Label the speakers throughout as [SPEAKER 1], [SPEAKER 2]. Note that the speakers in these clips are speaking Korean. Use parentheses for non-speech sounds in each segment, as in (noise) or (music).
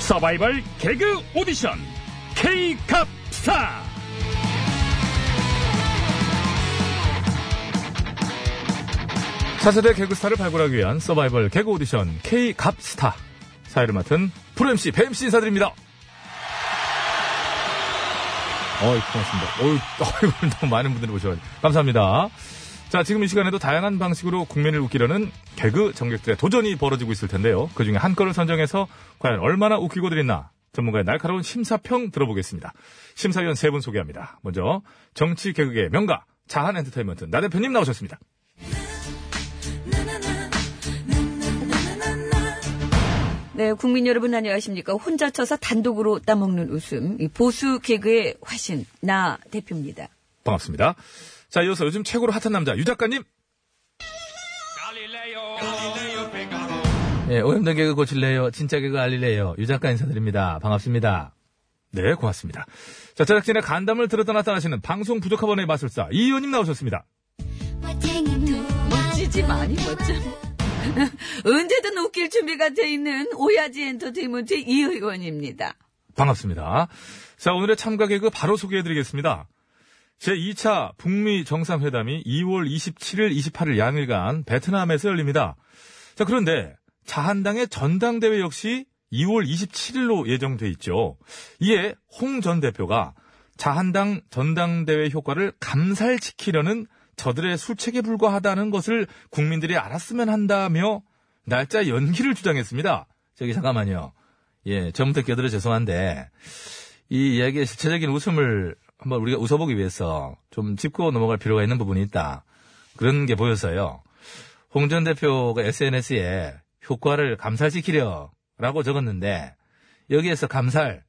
[SPEAKER 1] 서바이벌 개그 오디션 K캅스타 차세대 개그스타를 발굴하기 위한 서바이벌 개그 오디션 K갑스타 사회를 맡은 프로 MC 뱀씨 인사드립니다. 어이, 고맙습니다. 어이, (laughs) 어이, 너무 많은 분들이 오셔가지고. 감사합니다. 자, 지금 이 시간에도 다양한 방식으로 국민을 웃기려는 개그 정객들의 도전이 벌어지고 있을 텐데요. 그 중에 한 건을 선정해서 과연 얼마나 웃기고들 있나 전문가의 날카로운 심사평 들어보겠습니다. 심사위원 세 분 소개합니다. 먼저 정치 개그의 명가 자한 엔터테인먼트 나 대표님 나오셨습니다.
[SPEAKER 2] 네, 국민 여러분 안녕하십니까. 혼자 쳐서 단독으로 따먹는 웃음. 이 보수 개그의 화신, 나 대표입니다.
[SPEAKER 1] 반갑습니다. 자, 이어서 요즘 최고로 핫한 남자 유 작가님.
[SPEAKER 3] 예, 오염된 개그 고칠래요. 진짜 개그 알릴래요. 유 작가 인사드립니다. 반갑습니다.
[SPEAKER 1] 네, 고맙습니다. 자, 제작진의 간담을 들었다 놨다 하시는 방송 부족학원의 마술사 이 의원님 나오셨습니다.
[SPEAKER 2] 멋지지만이 멋져. (laughs) 언제든 웃길 준비가 돼 있는 오야지 엔터테인먼트 이 의원입니다.
[SPEAKER 1] 반갑습니다. 자, 오늘의 참가 개그 바로 소개해드리겠습니다. 제2차 북미 정상회담이 2월 27일, 28일 양일간 베트남에서 열립니다. 자, 그런데 자한당의 전당대회 역시 2월 27일로 예정돼 있죠. 이에 홍 전 대표가 자한당 전당대회 효과를 감살시키려는 저들의 술책에 불과하다는 것을 국민들이 알았으면 한다며 날짜 연기를 주장했습니다.
[SPEAKER 3] 저기 잠깐만요. 예, 전부터 껴들어 죄송한데 이 이야기의 실체적인 웃음을 한번 우리가 웃어보기 위해서 좀 짚고 넘어갈 필요가 있는 부분이 있다. 그런 게 보여서요. 홍 전 대표가 SNS에 효과를 감살시키려라고 적었는데 여기에서 감살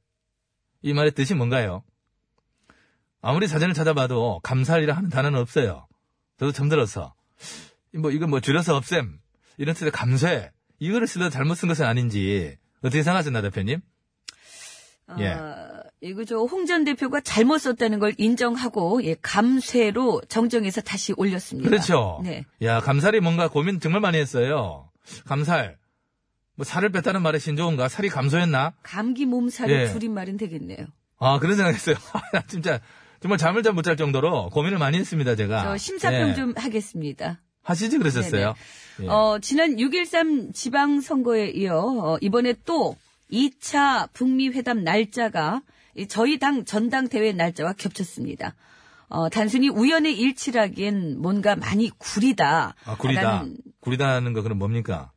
[SPEAKER 3] 이 말의 뜻이 뭔가요? 아무리 사전을 찾아봐도 감살이라 하는 단어는 없어요. 저도 처음 들어서 뭐 이건 뭐 줄여서 없앰 이런 뜻의 감쇄 이거를 쓰다 잘못 쓴 것은 아닌지 어떻게 생각하시나 대표님? 예.
[SPEAKER 2] 아, 이거 저 홍 전 대표가 잘못 썼다는 걸 인정하고 예, 감쇄로 정정해서 다시 올렸습니다.
[SPEAKER 3] 그렇죠.
[SPEAKER 2] 네.
[SPEAKER 3] 야 감살이 뭔가 고민 정말 많이 했어요. 감살 뭐 살을 뺐다는 말에 신조인가 살이 감소했나?
[SPEAKER 2] 감기 몸살을
[SPEAKER 3] 예.
[SPEAKER 2] 줄임말은 되겠네요.
[SPEAKER 3] 아 그런 생각했어요. (laughs) 나 진짜 정말 잠을 잘 못 잘 정도로 고민을 많이 했습니다 제가.
[SPEAKER 2] 저 심사평
[SPEAKER 3] 예.
[SPEAKER 2] 좀 하겠습니다.
[SPEAKER 3] 하시지 그러셨어요. 예.
[SPEAKER 2] 어, 지난 6.13 지방선거에 이어 어, 이번에 또 2차 북미회담 날짜가 이 저희 당 전당대회 날짜와 겹쳤습니다. 어, 단순히 우연의 일치라기엔 뭔가 많이 구리다.
[SPEAKER 3] 아, 구리다.
[SPEAKER 2] 라는-
[SPEAKER 3] 구리다는 거 그럼 뭡니까?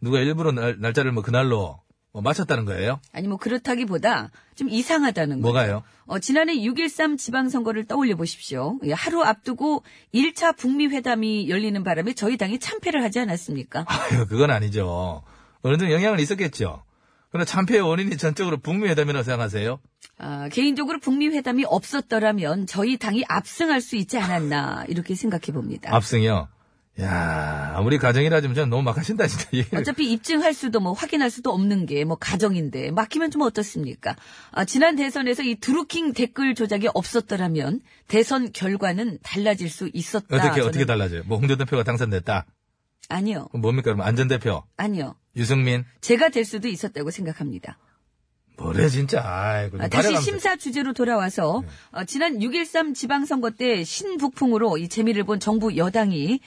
[SPEAKER 3] 누가 일부러 날, 날짜를 뭐 그날로 뭐 맞췄다는 거예요?
[SPEAKER 2] 아니 뭐 그렇다기보다 좀 이상하다는 거죠.
[SPEAKER 3] 뭐가요?
[SPEAKER 2] 어, 지난해 6.13 지방선거를 떠올려 보십시오. 예, 하루 앞두고 1차 북미회담이 열리는 바람에 저희 당이 참패를 하지 않았습니까?
[SPEAKER 3] 아유, 그건 아니죠. 어느 정도 영향은 있었겠죠. 그러나 참패의 원인이 전적으로 북미 회담이라고 생각하세요?
[SPEAKER 2] 아, 개인적으로 북미 회담이 없었더라면 저희 당이 압승할 수 있지 않았나 이렇게 생각해
[SPEAKER 3] 아,
[SPEAKER 2] 봅니다.
[SPEAKER 3] 압승이요. 야 아무리 가정이라지만 저는 너무 막하신다, 진짜. 예.
[SPEAKER 2] 어차피 입증할 수도 뭐 확인할 수도 없는 게 뭐 가정인데 막히면 좀 어떻습니까? 아, 지난 대선에서 이 드루킹 댓글 조작이 없었더라면 대선 결과는 달라질 수 있었다.
[SPEAKER 3] 어떻게,
[SPEAKER 2] 저는-
[SPEAKER 3] 어떻게 달라져요? 뭐, 홍 전 대표가 당선됐다.
[SPEAKER 2] 아니요,
[SPEAKER 3] 그럼 뭡니까? 그럼 안전 대표,
[SPEAKER 2] 아니요.
[SPEAKER 3] 유승민.
[SPEAKER 2] 제가 될 수도 있었다고 생각합니다.
[SPEAKER 3] 뭐래, 진짜. 아이고. 좀
[SPEAKER 2] 아,
[SPEAKER 3] 네.
[SPEAKER 2] 다시
[SPEAKER 3] 발효감-
[SPEAKER 2] 심사 주제로 돌아와서 어, 지난 6.13 지방선거 때 신북풍으로 이 재미를 본 정부 여당이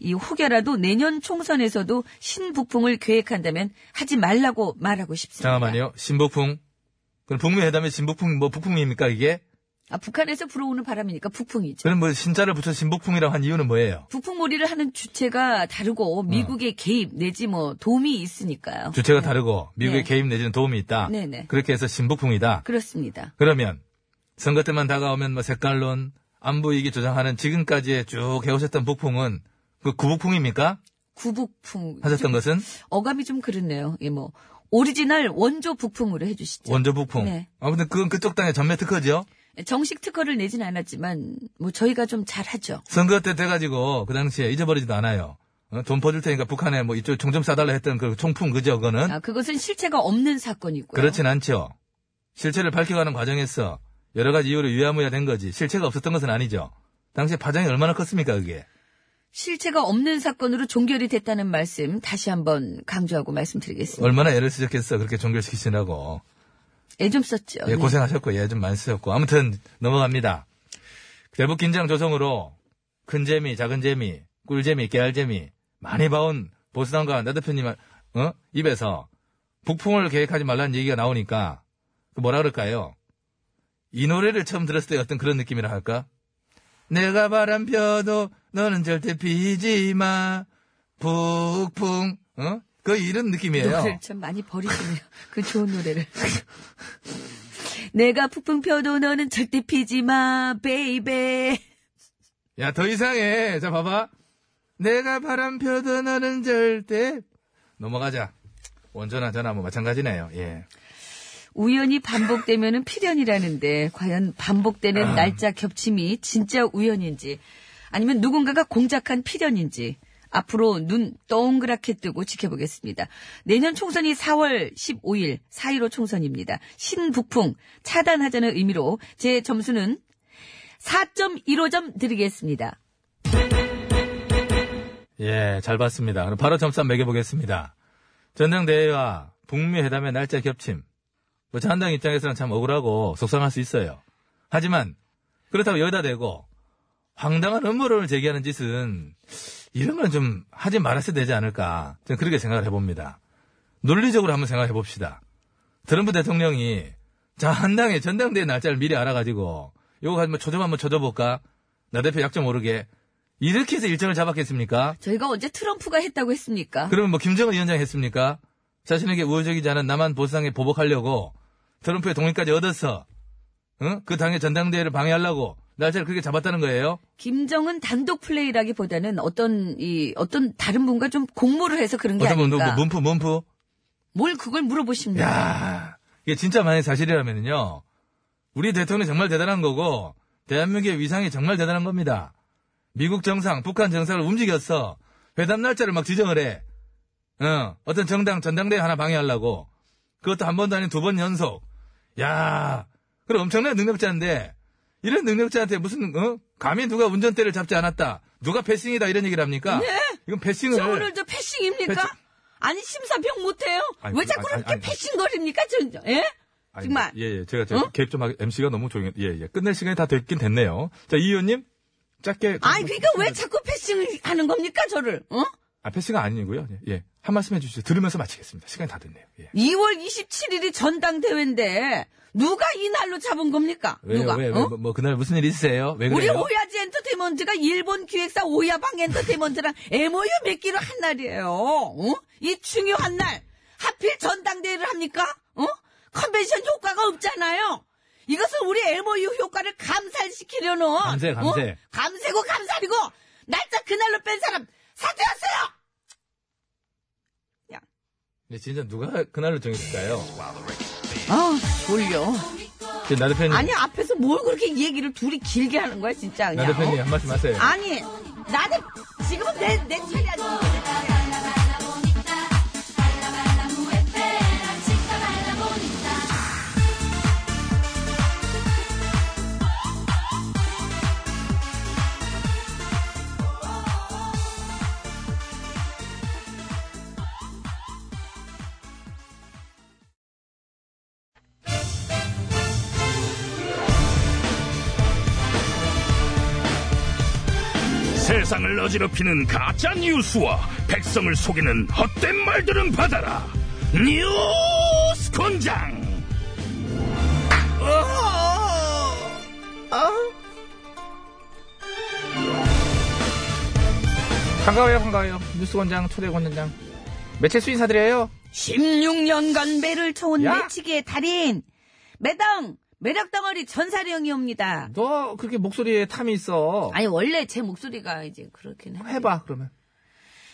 [SPEAKER 2] 이 혹여라도 내년 총선에서도 신북풍을 계획한다면 하지 말라고 말하고 싶습니다.
[SPEAKER 3] 잠깐만요. 신북풍. 그럼 북미 회담에 신북풍, 뭐, 북풍입니까, 이게?
[SPEAKER 2] 아, 북한에서 불어오는 바람이니까 북풍이죠.
[SPEAKER 3] 그럼 뭐, 신자를 붙여 신북풍이라고 한 이유는 뭐예요?
[SPEAKER 2] 북풍몰이를 하는 주체가 다르고 미국의 개입 내지 뭐 도움이 있으니까요.
[SPEAKER 3] 어. 주체가 다르고 미국의
[SPEAKER 2] 네.
[SPEAKER 3] 개입 내지는 도움이 있다.
[SPEAKER 2] 네네.
[SPEAKER 3] 그렇게 해서 신북풍이다.
[SPEAKER 2] 그렇습니다.
[SPEAKER 3] 그러면 선거 때만 다가오면 뭐 색깔론, 안보 이기 조장하는 지금까지 쭉 해오셨던 북풍은 그 구북풍입니까?
[SPEAKER 2] 구북풍
[SPEAKER 3] 하셨던
[SPEAKER 2] 좀
[SPEAKER 3] 것은
[SPEAKER 2] 어감이 좀 그렇네요. 예, 뭐 오리지널 원조 북풍으로 해주시죠.
[SPEAKER 3] 원조 북풍.
[SPEAKER 2] 네.
[SPEAKER 3] 아무튼 그건 그쪽 당의 전매 특허죠.
[SPEAKER 2] 정식 특허를 내진 않았지만 뭐 저희가 좀 잘하죠.
[SPEAKER 3] 선거 때 돼가지고 그 당시에 잊어버리지도 않아요. 어, 돈 퍼줄 테니까 북한에 뭐 이쪽 총 좀 싸달라 했던 그 총풍 그죠 그거는
[SPEAKER 2] 아, 그것은 실체가 없는 사건이고요.
[SPEAKER 3] 그렇진 않죠. 실체를 밝혀가는 과정에서 여러 가지 이유로 유야무야 된 거지 실체가 없었던 것은 아니죠. 당시에 파장이 얼마나 컸습니까 그게?
[SPEAKER 2] 실체가 없는 사건으로 종결이 됐다는 말씀 다시 한번 강조하고 말씀드리겠습니다.
[SPEAKER 3] 얼마나 애를 쓰셨겠어. 그렇게 종결시키시느라고.
[SPEAKER 2] 애 좀 썼죠.
[SPEAKER 3] 예,
[SPEAKER 2] 네.
[SPEAKER 3] 고생하셨고, 예, 좀 많이 쓰셨고. 아무튼, 넘어갑니다. 대북 긴장 조성으로 큰 재미, 작은 재미, 꿀재미, 깨알재미 많이 봐온 보수당과 나 대표님, 어? 입에서 북풍을 계획하지 말라는 얘기가 나오니까, 그 뭐라 그럴까요? 이 노래를 처음 들었을 때 어떤 그런 느낌이라 할까? 내가 바람 펴도 너는 절대 피지 마. 북풍, 어? 그 이런 느낌이에요.
[SPEAKER 2] 네. 노래를 참 많이 버리시네요. (laughs) 그 좋은 노래를. (laughs) 내가 푹풍 펴도 너는 절대 피지 마, 베이베.
[SPEAKER 3] 야, 더 이상해. 자, 봐봐. 내가 바람 펴도 너는 절대. 넘어가자. 원전화 전화 뭐 마찬가지네요. 예.
[SPEAKER 2] 우연이 반복되면은 필연이라는데 과연 반복되는
[SPEAKER 3] 아.
[SPEAKER 2] 날짜 겹침이 진짜 우연인지 아니면 누군가가 공작한 필연인지 앞으로 눈 동그랗게 뜨고 지켜보겠습니다. 내년 총선이 4월 15일 4.15 총선입니다. 신북풍 차단하자는 의미로 제 점수는 4.15점 드리겠습니다.
[SPEAKER 3] 예, 잘 봤습니다. 그럼 바로 점수 한번 매겨보겠습니다. 전당대회와 북미 회담의 날짜 겹침. 뭐 자한당 입장에서는 참 억울하고 속상할 수 있어요. 하지만 그렇다고 여기다 대고 황당한 음모론을 제기하는 짓은 이런 건 좀 하지 말았어야 되지 않을까. 저는 그렇게 생각을 해봅니다. 논리적으로 한번 생각해 봅시다. 트럼프 대통령이 자한당의 전당대회 날짜를 미리 알아가지고 요거 한번 초점 한번 쳐줘볼까? 나 대표 약점 모르게. 이렇게 해서 일정을 잡았겠습니까?
[SPEAKER 2] 저희가 언제 트럼프가 했다고 했습니까?
[SPEAKER 3] 그러면 뭐 김정은 위원장 했습니까? 자신에게 우호적이지 않은 남한 보상에 보복하려고 트럼프의 동의까지 얻었어. 응? 그 당의 전당대회를 방해하려고 날짜를 그렇게 잡았다는 거예요?
[SPEAKER 2] 김정은 단독 플레이라기보다는 어떤 이 어떤 다른 분과 좀 공모를 해서 그런 게
[SPEAKER 3] 어떤 분,
[SPEAKER 2] 아닌가.
[SPEAKER 3] 누구, 문프, 문프?
[SPEAKER 2] 뭘 그걸 물어보십니까?
[SPEAKER 3] 야 이게 진짜 만약 사실이라면요. 우리 대통령이 정말 대단한 거고, 대한민국의 위상이 정말 대단한 겁니다. 미국 정상, 북한 정상을 움직였어. 회담 날짜를 막 지정을 해. 어, 어떤 정당 전당대회 하나 방해하려고. 그것도 한 번도 아닌 두 번 연속. 야 그럼 엄청난 능력자인데, 이런 능력자한테 무슨, 어? 감히 누가 운전대를 잡지 않았다. 누가 패싱이다. 이런 얘기를 합니까? 이건 패싱을.
[SPEAKER 2] 저 오늘 저 패싱입니까?
[SPEAKER 3] 패싱.
[SPEAKER 2] 아니 심사평 못해요?
[SPEAKER 1] 아니,
[SPEAKER 2] 왜
[SPEAKER 1] 그,
[SPEAKER 2] 자꾸
[SPEAKER 1] 아니,
[SPEAKER 2] 그렇게
[SPEAKER 1] 아니,
[SPEAKER 2] 패싱거립니까? 저, 예?
[SPEAKER 1] 아니,
[SPEAKER 2] 정말
[SPEAKER 1] 예, 예. 제가 좀 개입 좀 하게, MC가 너무 조용해. 예, 예. 끝낼 시간이 다 됐긴 됐네요. 자, 이 의원님. 짧게.
[SPEAKER 2] 아니 그러니까 왜 자꾸 패싱을 하는 겁니까 저를? 어?
[SPEAKER 1] 아, 패스가 아니고요. 예, 예. 한 말씀 해주시죠. 들으면서 마치겠습니다. 시간이 다 됐네요. 예.
[SPEAKER 2] 2월 27일이 전당대회인데 누가 이 날로 잡은 겁니까?
[SPEAKER 3] 왜요?
[SPEAKER 2] 누가?
[SPEAKER 3] 왜, 왜,
[SPEAKER 2] 어?
[SPEAKER 3] 뭐, 뭐 그날 무슨 일 있으세요? 왜
[SPEAKER 2] 우리 뭐
[SPEAKER 3] 그래요?
[SPEAKER 2] 오야지 엔터테인먼트가 일본 기획사 오야방 엔터테인먼트랑 MOU 맺기로 한 날이에요. 어? 이 중요한 날 하필 전당대회를 합니까? 어? 컨벤션 효과가 없잖아요. 이것은 우리 MOU 효과를 감살시키려는
[SPEAKER 3] 감세, 감세.
[SPEAKER 2] 어? 감세고 감살이고 날짜 그날로 뺀 사람 사퇴하세요.
[SPEAKER 3] 근데 진짜 누가 그날로 정했을까요?
[SPEAKER 2] 아 졸려.
[SPEAKER 3] 지금 나 대표님,
[SPEAKER 2] 아니 앞에서 뭘 그렇게 얘기를 둘이 길게 하는 거야 진짜
[SPEAKER 3] 나
[SPEAKER 2] 그냥.
[SPEAKER 3] 대표님
[SPEAKER 2] 어?
[SPEAKER 3] 한 말씀 하세요.
[SPEAKER 2] 아니 나는 지금은 내내 차례 아니야.
[SPEAKER 4] 세상을 어지럽히는 가짜 뉴스와 백성을 속이는 헛된 말들은 받아라. 뉴스 권장.
[SPEAKER 3] 반가워요, 반가워요. 뉴스 권장, 초대 권장. 매체 수 인사드려요.
[SPEAKER 2] 16년간 매를 쳐온
[SPEAKER 3] 야!
[SPEAKER 2] 매치기의 달인 매당 매력 덩어리 전사령이옵니다.
[SPEAKER 3] 너 그렇게 목소리에 탐이 있어.
[SPEAKER 2] 아니 원래 제 목소리가 이제 그렇긴 해.
[SPEAKER 3] 해봐, 그러면.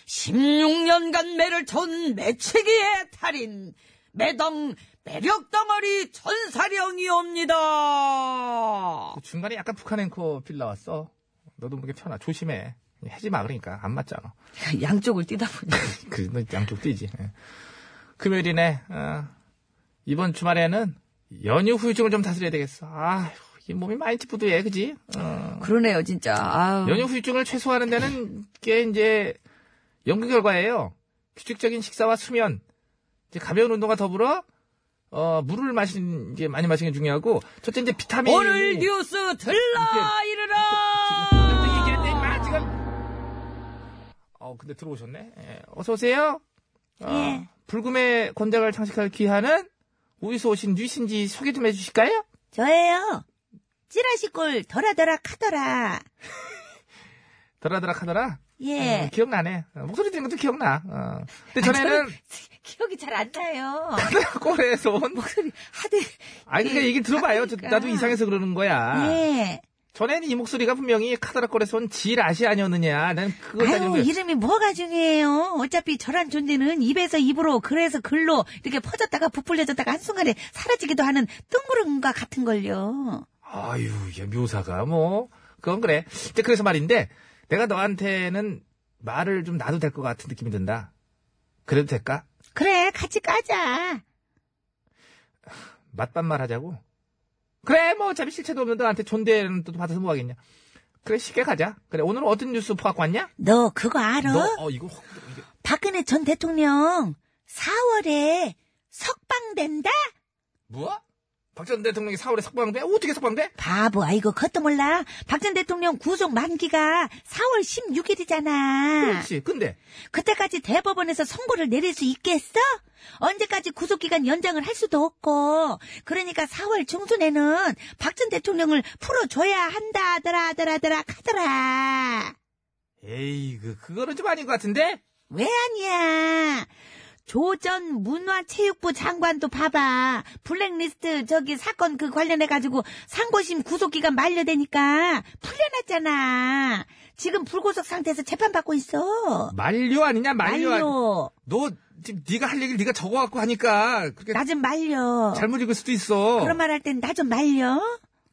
[SPEAKER 2] 16년간 매를 쳐온 매치기의 달인 매당 매력 덩어리 전사령이옵니다.
[SPEAKER 3] 그 중간에 약간 북한 앵커 필 나왔어. 너도 모르게 펴놔. 조심해. 하지 마, 그러니까. 안 맞잖아. (laughs)
[SPEAKER 2] 양쪽을 뛰다 보니
[SPEAKER 3] 그, 너 양쪽 뛰지. 예. 금요일이네. 어, 이번 주말에는 연휴 후유증을 좀 다스려야 되겠어. 아휴, 이 몸이 많이 찌뿌드해, 그지? 어.
[SPEAKER 5] 그러네요, 진짜. 아우.
[SPEAKER 3] 연육 후유증을 최소화하는 데는 꽤 이제 연구 결과예요. 규칙적인 식사와 수면, 이제 가벼운 운동과 더불어 어, 물을 마시는 이제 많이 마시는 게 중요하고 첫째 이제 비타민
[SPEAKER 5] 오늘 뉴스 들라
[SPEAKER 3] 또
[SPEAKER 5] 이르라.
[SPEAKER 2] 아.
[SPEAKER 3] 얘기를 내, 임마, 지금. 어, 근데 들어오셨네. 예, 어서 오세요. 어,
[SPEAKER 5] 예.
[SPEAKER 3] 불금의 권장을 장식할 귀하는 우이소 오신 뉴신지 소개 좀 해주실까요?
[SPEAKER 2] 저예요. 찌라시골 덜하더락 하더라.
[SPEAKER 3] 더라더락하더라.
[SPEAKER 2] 예. 아,
[SPEAKER 3] 어, 기억나네. 어, 목소리 듣는 것도 기억나. 어. 근데 전에는
[SPEAKER 2] (laughs) 기억이 잘 안 나요. (laughs)
[SPEAKER 3] (laughs) 꼬레에서 온
[SPEAKER 2] 목소리 하대.
[SPEAKER 3] 아니 그러니까 얘기 들어봐요. 저- 나도 이상해서 아. 그러는 거야.
[SPEAKER 2] 예.
[SPEAKER 3] 전에는 이 목소리가 분명히 카다라꼴에서 온 지라시 아니었느냐. 난 그걸
[SPEAKER 2] 아유
[SPEAKER 3] 따지면
[SPEAKER 2] 이름이 뭐가 중요해요. 어차피 저란 존재는 입에서 입으로 그래서 글로 이렇게 퍼졌다가 부풀려졌다가 한순간에 사라지기도 하는 뜬구름과 같은 걸요.
[SPEAKER 3] 아유 얘 묘사가 뭐 그건 그래. 이제 그래서 말인데 내가 너한테는 말을 좀 놔도 될 것 같은 느낌이 든다. 그래도 될까?
[SPEAKER 2] 그래 같이 까자.
[SPEAKER 3] 맞반말 하자고. 그래 뭐 어차피 실체도 없는 너한테 존대는 또 받아서 뭐 하겠냐. 그래 쉽게 가자. 그래 오늘은 어떤 뉴스 갖고 왔냐?
[SPEAKER 2] 너 그거 알아?
[SPEAKER 3] 너, 어 이거 확- 이게-
[SPEAKER 2] 박근혜 전 대통령 4월에 석방된다?
[SPEAKER 3] 뭐? 박 전 대통령이 4월에 석방돼? 어떻게 석방돼?
[SPEAKER 2] 바보 아이고 그것도 몰라. 박 전 대통령 구속 만기가 4월 16일이잖아.
[SPEAKER 3] 그렇지. 근데
[SPEAKER 2] 그때까지 대법원에서 선고를 내릴 수 있겠어? 언제까지 구속기간 연장을 할 수도 없고. 그러니까 4월 중순에는 박 전 대통령을 풀어줘야 한다 하더라 하더라 하더라 하더라.
[SPEAKER 3] 에이, 그, 그거는 좀 아닌 것 같은데?
[SPEAKER 2] 왜 아니야? 조전 문화체육부 장관도 봐봐. 블랙리스트 저기 사건 그 관련해가지고 상고심 구속기간 만료되니까 풀려났잖아. 지금 불구속 상태에서 재판받고 있어.
[SPEAKER 3] 만료 아니냐, 만료. 아니-
[SPEAKER 2] 말려.
[SPEAKER 3] 너, 지금 네가할 얘기를 네가 적어갖고 하니까, 그렇게
[SPEAKER 2] 나 좀 말려.
[SPEAKER 3] 잘못 읽을 수도 있어.
[SPEAKER 2] 그런 말 할 땐 나 좀 말려.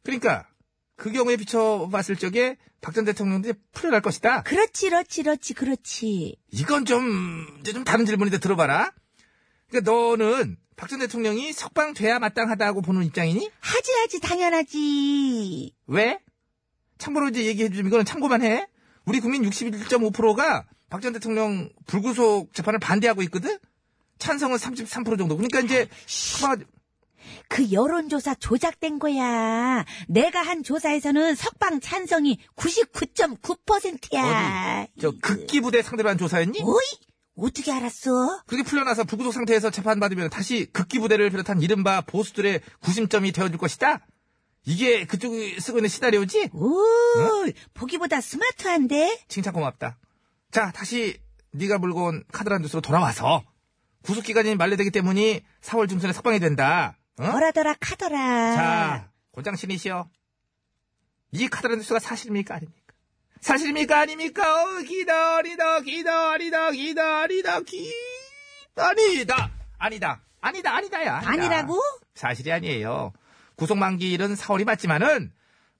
[SPEAKER 3] 그러니까, 그 경우에 비춰봤을 적에 박 전 대통령도 이제 풀려날 것이다.
[SPEAKER 2] 그렇지, 그렇지, 그렇지, 그렇지.
[SPEAKER 3] 이건 좀, 이제 좀 다른 질문인데 들어봐라. 그러니까 너는 박 전 대통령이 석방돼야 마땅하다고 보는 입장이니?
[SPEAKER 2] 하지, 하지, 당연하지.
[SPEAKER 3] 왜? 참고로 이제 얘기해주면 이거는 참고만 해. 우리 국민 61.5%가 박 전 대통령 불구속 재판을 반대하고 있거든? 찬성은 33% 정도. 그러니까 이제, 그만-
[SPEAKER 2] 그 여론조사 조작된 거야. 내가 한 조사에서는 석방 찬성이 99.9%야.
[SPEAKER 3] 저 극기부대 상대로 한 조사였니?
[SPEAKER 2] 오이? 어떻게 알았어?
[SPEAKER 3] 그렇게 풀려나서 불구속 상태에서 재판받으면 다시 극기부대를 비롯한 이른바 보수들의 구심점이 되어줄 것이다? 이게 그쪽이 쓰고 있는 시나리오지?
[SPEAKER 2] 오, 보기보다 스마트한데?
[SPEAKER 3] 칭찬 고맙다. 자, 다시 네가 물고 온 카드란 뉴스로 돌아와서 구속기간이 만료되기 때문에 4월 중순에 석방이 된다. 어?
[SPEAKER 2] 뭐라더라 카더라.
[SPEAKER 3] 자, 고장신이시여. 이 카드라는 수가 사실입니까? 아닙니까? 사실입니까? 아닙니까? 어, 기다리다, 기다리다, 기다리다, 기다리다. 아니다. 아니다, 아니다야. 아니다.
[SPEAKER 2] 아니라고?
[SPEAKER 3] 사실이 아니에요. 구속 만기일은 4월이 맞지만은,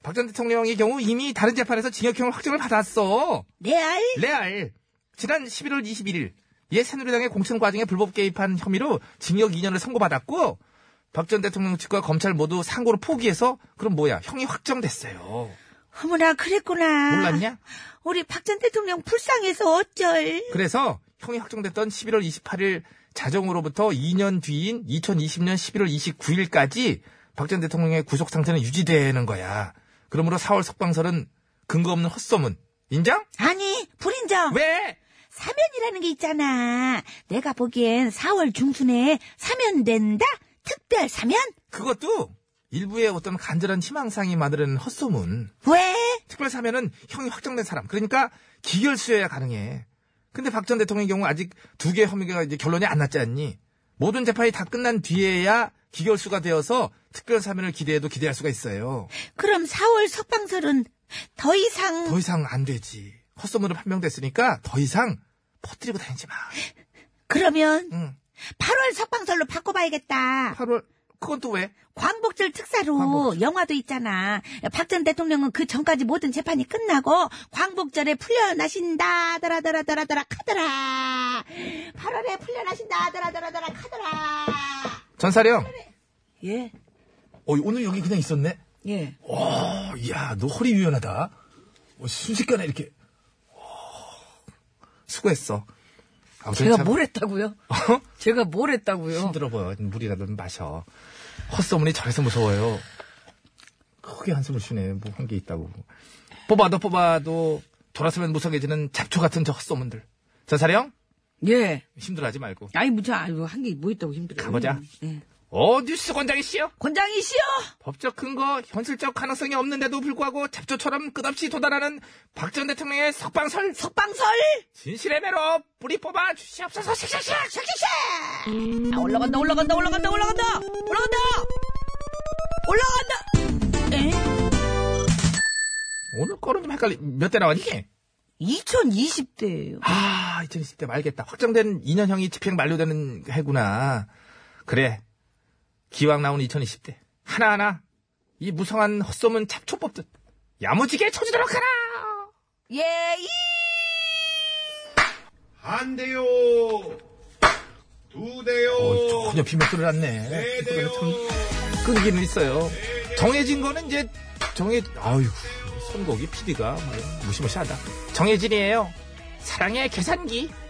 [SPEAKER 3] 박 전 대통령의 경우 이미 다른 재판에서 징역형을 확정을 받았어.
[SPEAKER 2] 내 알?
[SPEAKER 3] 레알. 지난 11월 21일, 옛 새누리당의 공천 과정에 불법 개입한 혐의로 징역 2년을 선고받았고, 박 전 대통령 측과 검찰 모두 상고를 포기해서, 그럼 뭐야, 형이 확정됐어요.
[SPEAKER 2] 어머나, 그랬구나.
[SPEAKER 3] 몰랐냐?
[SPEAKER 2] 우리 박 전 대통령 불쌍해서 어쩔.
[SPEAKER 3] 그래서 형이 확정됐던 11월 28일 자정으로부터 2년 뒤인 2020년 11월 29일까지 박 전 대통령의 구속 상태는 유지되는 거야. 그러므로 4월 석방설은 근거 없는 헛소문. 인정?
[SPEAKER 2] 아니, 불인정.
[SPEAKER 3] 왜?
[SPEAKER 2] 사면이라는 게 있잖아. 내가 보기엔 4월 중순에 사면된다? 특별 사면?
[SPEAKER 3] 그것도 일부의 어떤 간절한 희망상이 만드는 헛소문.
[SPEAKER 2] 왜?
[SPEAKER 3] 특별 사면은 형이 확정된 사람. 그러니까 기결수여야 가능해. 근데 박 전 대통령의 경우 아직 두 개의 혐의가 이제 결론이 안 났지 않니? 모든 재판이 다 끝난 뒤에야 기결수가 되어서 특별 사면을 기대해도 기대할 수가 있어요.
[SPEAKER 2] 그럼 4월 석방설은 더 이상
[SPEAKER 3] 더 이상 안 되지. 헛소문으로 판명됐으니까 더 이상 퍼뜨리고 다니지 마.
[SPEAKER 2] 그러면
[SPEAKER 3] 응.
[SPEAKER 2] 8월 석방설로 바꿔봐야겠다.
[SPEAKER 3] 8월 그건 또 왜?
[SPEAKER 2] 광복절 특사로
[SPEAKER 3] 광복절.
[SPEAKER 2] 영화도 있잖아. 박 전 대통령은 그 전까지 모든 재판이 끝나고 광복절에 풀려나신다 더라더라더라더라 카더라. 8월에 풀려나신다 더라더라더라 카더라.
[SPEAKER 3] 전사령.
[SPEAKER 5] 예.
[SPEAKER 3] 어, 오늘 여기 그냥 있었네.
[SPEAKER 2] 예.
[SPEAKER 3] 어, 야, 너 허리 유연하다. 어, 순식간에 이렇게. 어, 수고했어. 아무튼
[SPEAKER 2] 제가
[SPEAKER 3] 참
[SPEAKER 2] 뭘 했다고요? 제가 뭘 했다고요?
[SPEAKER 3] 힘들어 보여. 물이라도 좀 마셔. 헛소문이 저래서 무서워요. 크게 한숨을 쉬네. 뭐 한 게 있다고. 뽑아도 뽑아도 돌아서면 무성해지는 잡초 같은 저 헛소문들. 전사령
[SPEAKER 2] 예.
[SPEAKER 3] 힘들어하지 말고
[SPEAKER 2] 아니, 무슨, 아이고, 한 게 뭐 있다고 힘들어요.
[SPEAKER 3] 가보자.
[SPEAKER 2] 예.
[SPEAKER 3] 어 뉴스 권장이 씨요.
[SPEAKER 2] 권장이시여!
[SPEAKER 3] 법적 근거, 현실적 가능성이 없는데도 불구하고 잡초처럼 끝없이 도달하는 박 전 대통령의 석방설
[SPEAKER 2] 석방설!
[SPEAKER 3] 진실의 매로 뿌리 뽑아 주시옵소서. 샥샥샥 샥샥샥.
[SPEAKER 2] 아, 올라간다, 올라간다, 올라간다, 올라간다! 올라간다! 올라간다!
[SPEAKER 3] 오늘 거는 좀 헷갈리. 몇 대 나왔니?
[SPEAKER 2] 2020대예요
[SPEAKER 3] 아, 2020대 말겠다. 확정된 2년형이 집행 만료되는 해구나. 그래. 기왕 나온 2020대. 하나하나 이 무성한 헛소문 잡초 뽑듯 야무지게 쳐주도록 하라.
[SPEAKER 2] 예, 이!
[SPEAKER 6] 한 대요. 두 대요.
[SPEAKER 3] 어, 전혀 비밀들을 않네.
[SPEAKER 6] 세 대요.
[SPEAKER 3] 끈기는 있어요. 정해진 거는 이제 정해 아유 뭐 선곡이 PD가 무시무시하다. 정해진이에요. 사랑의 계산기.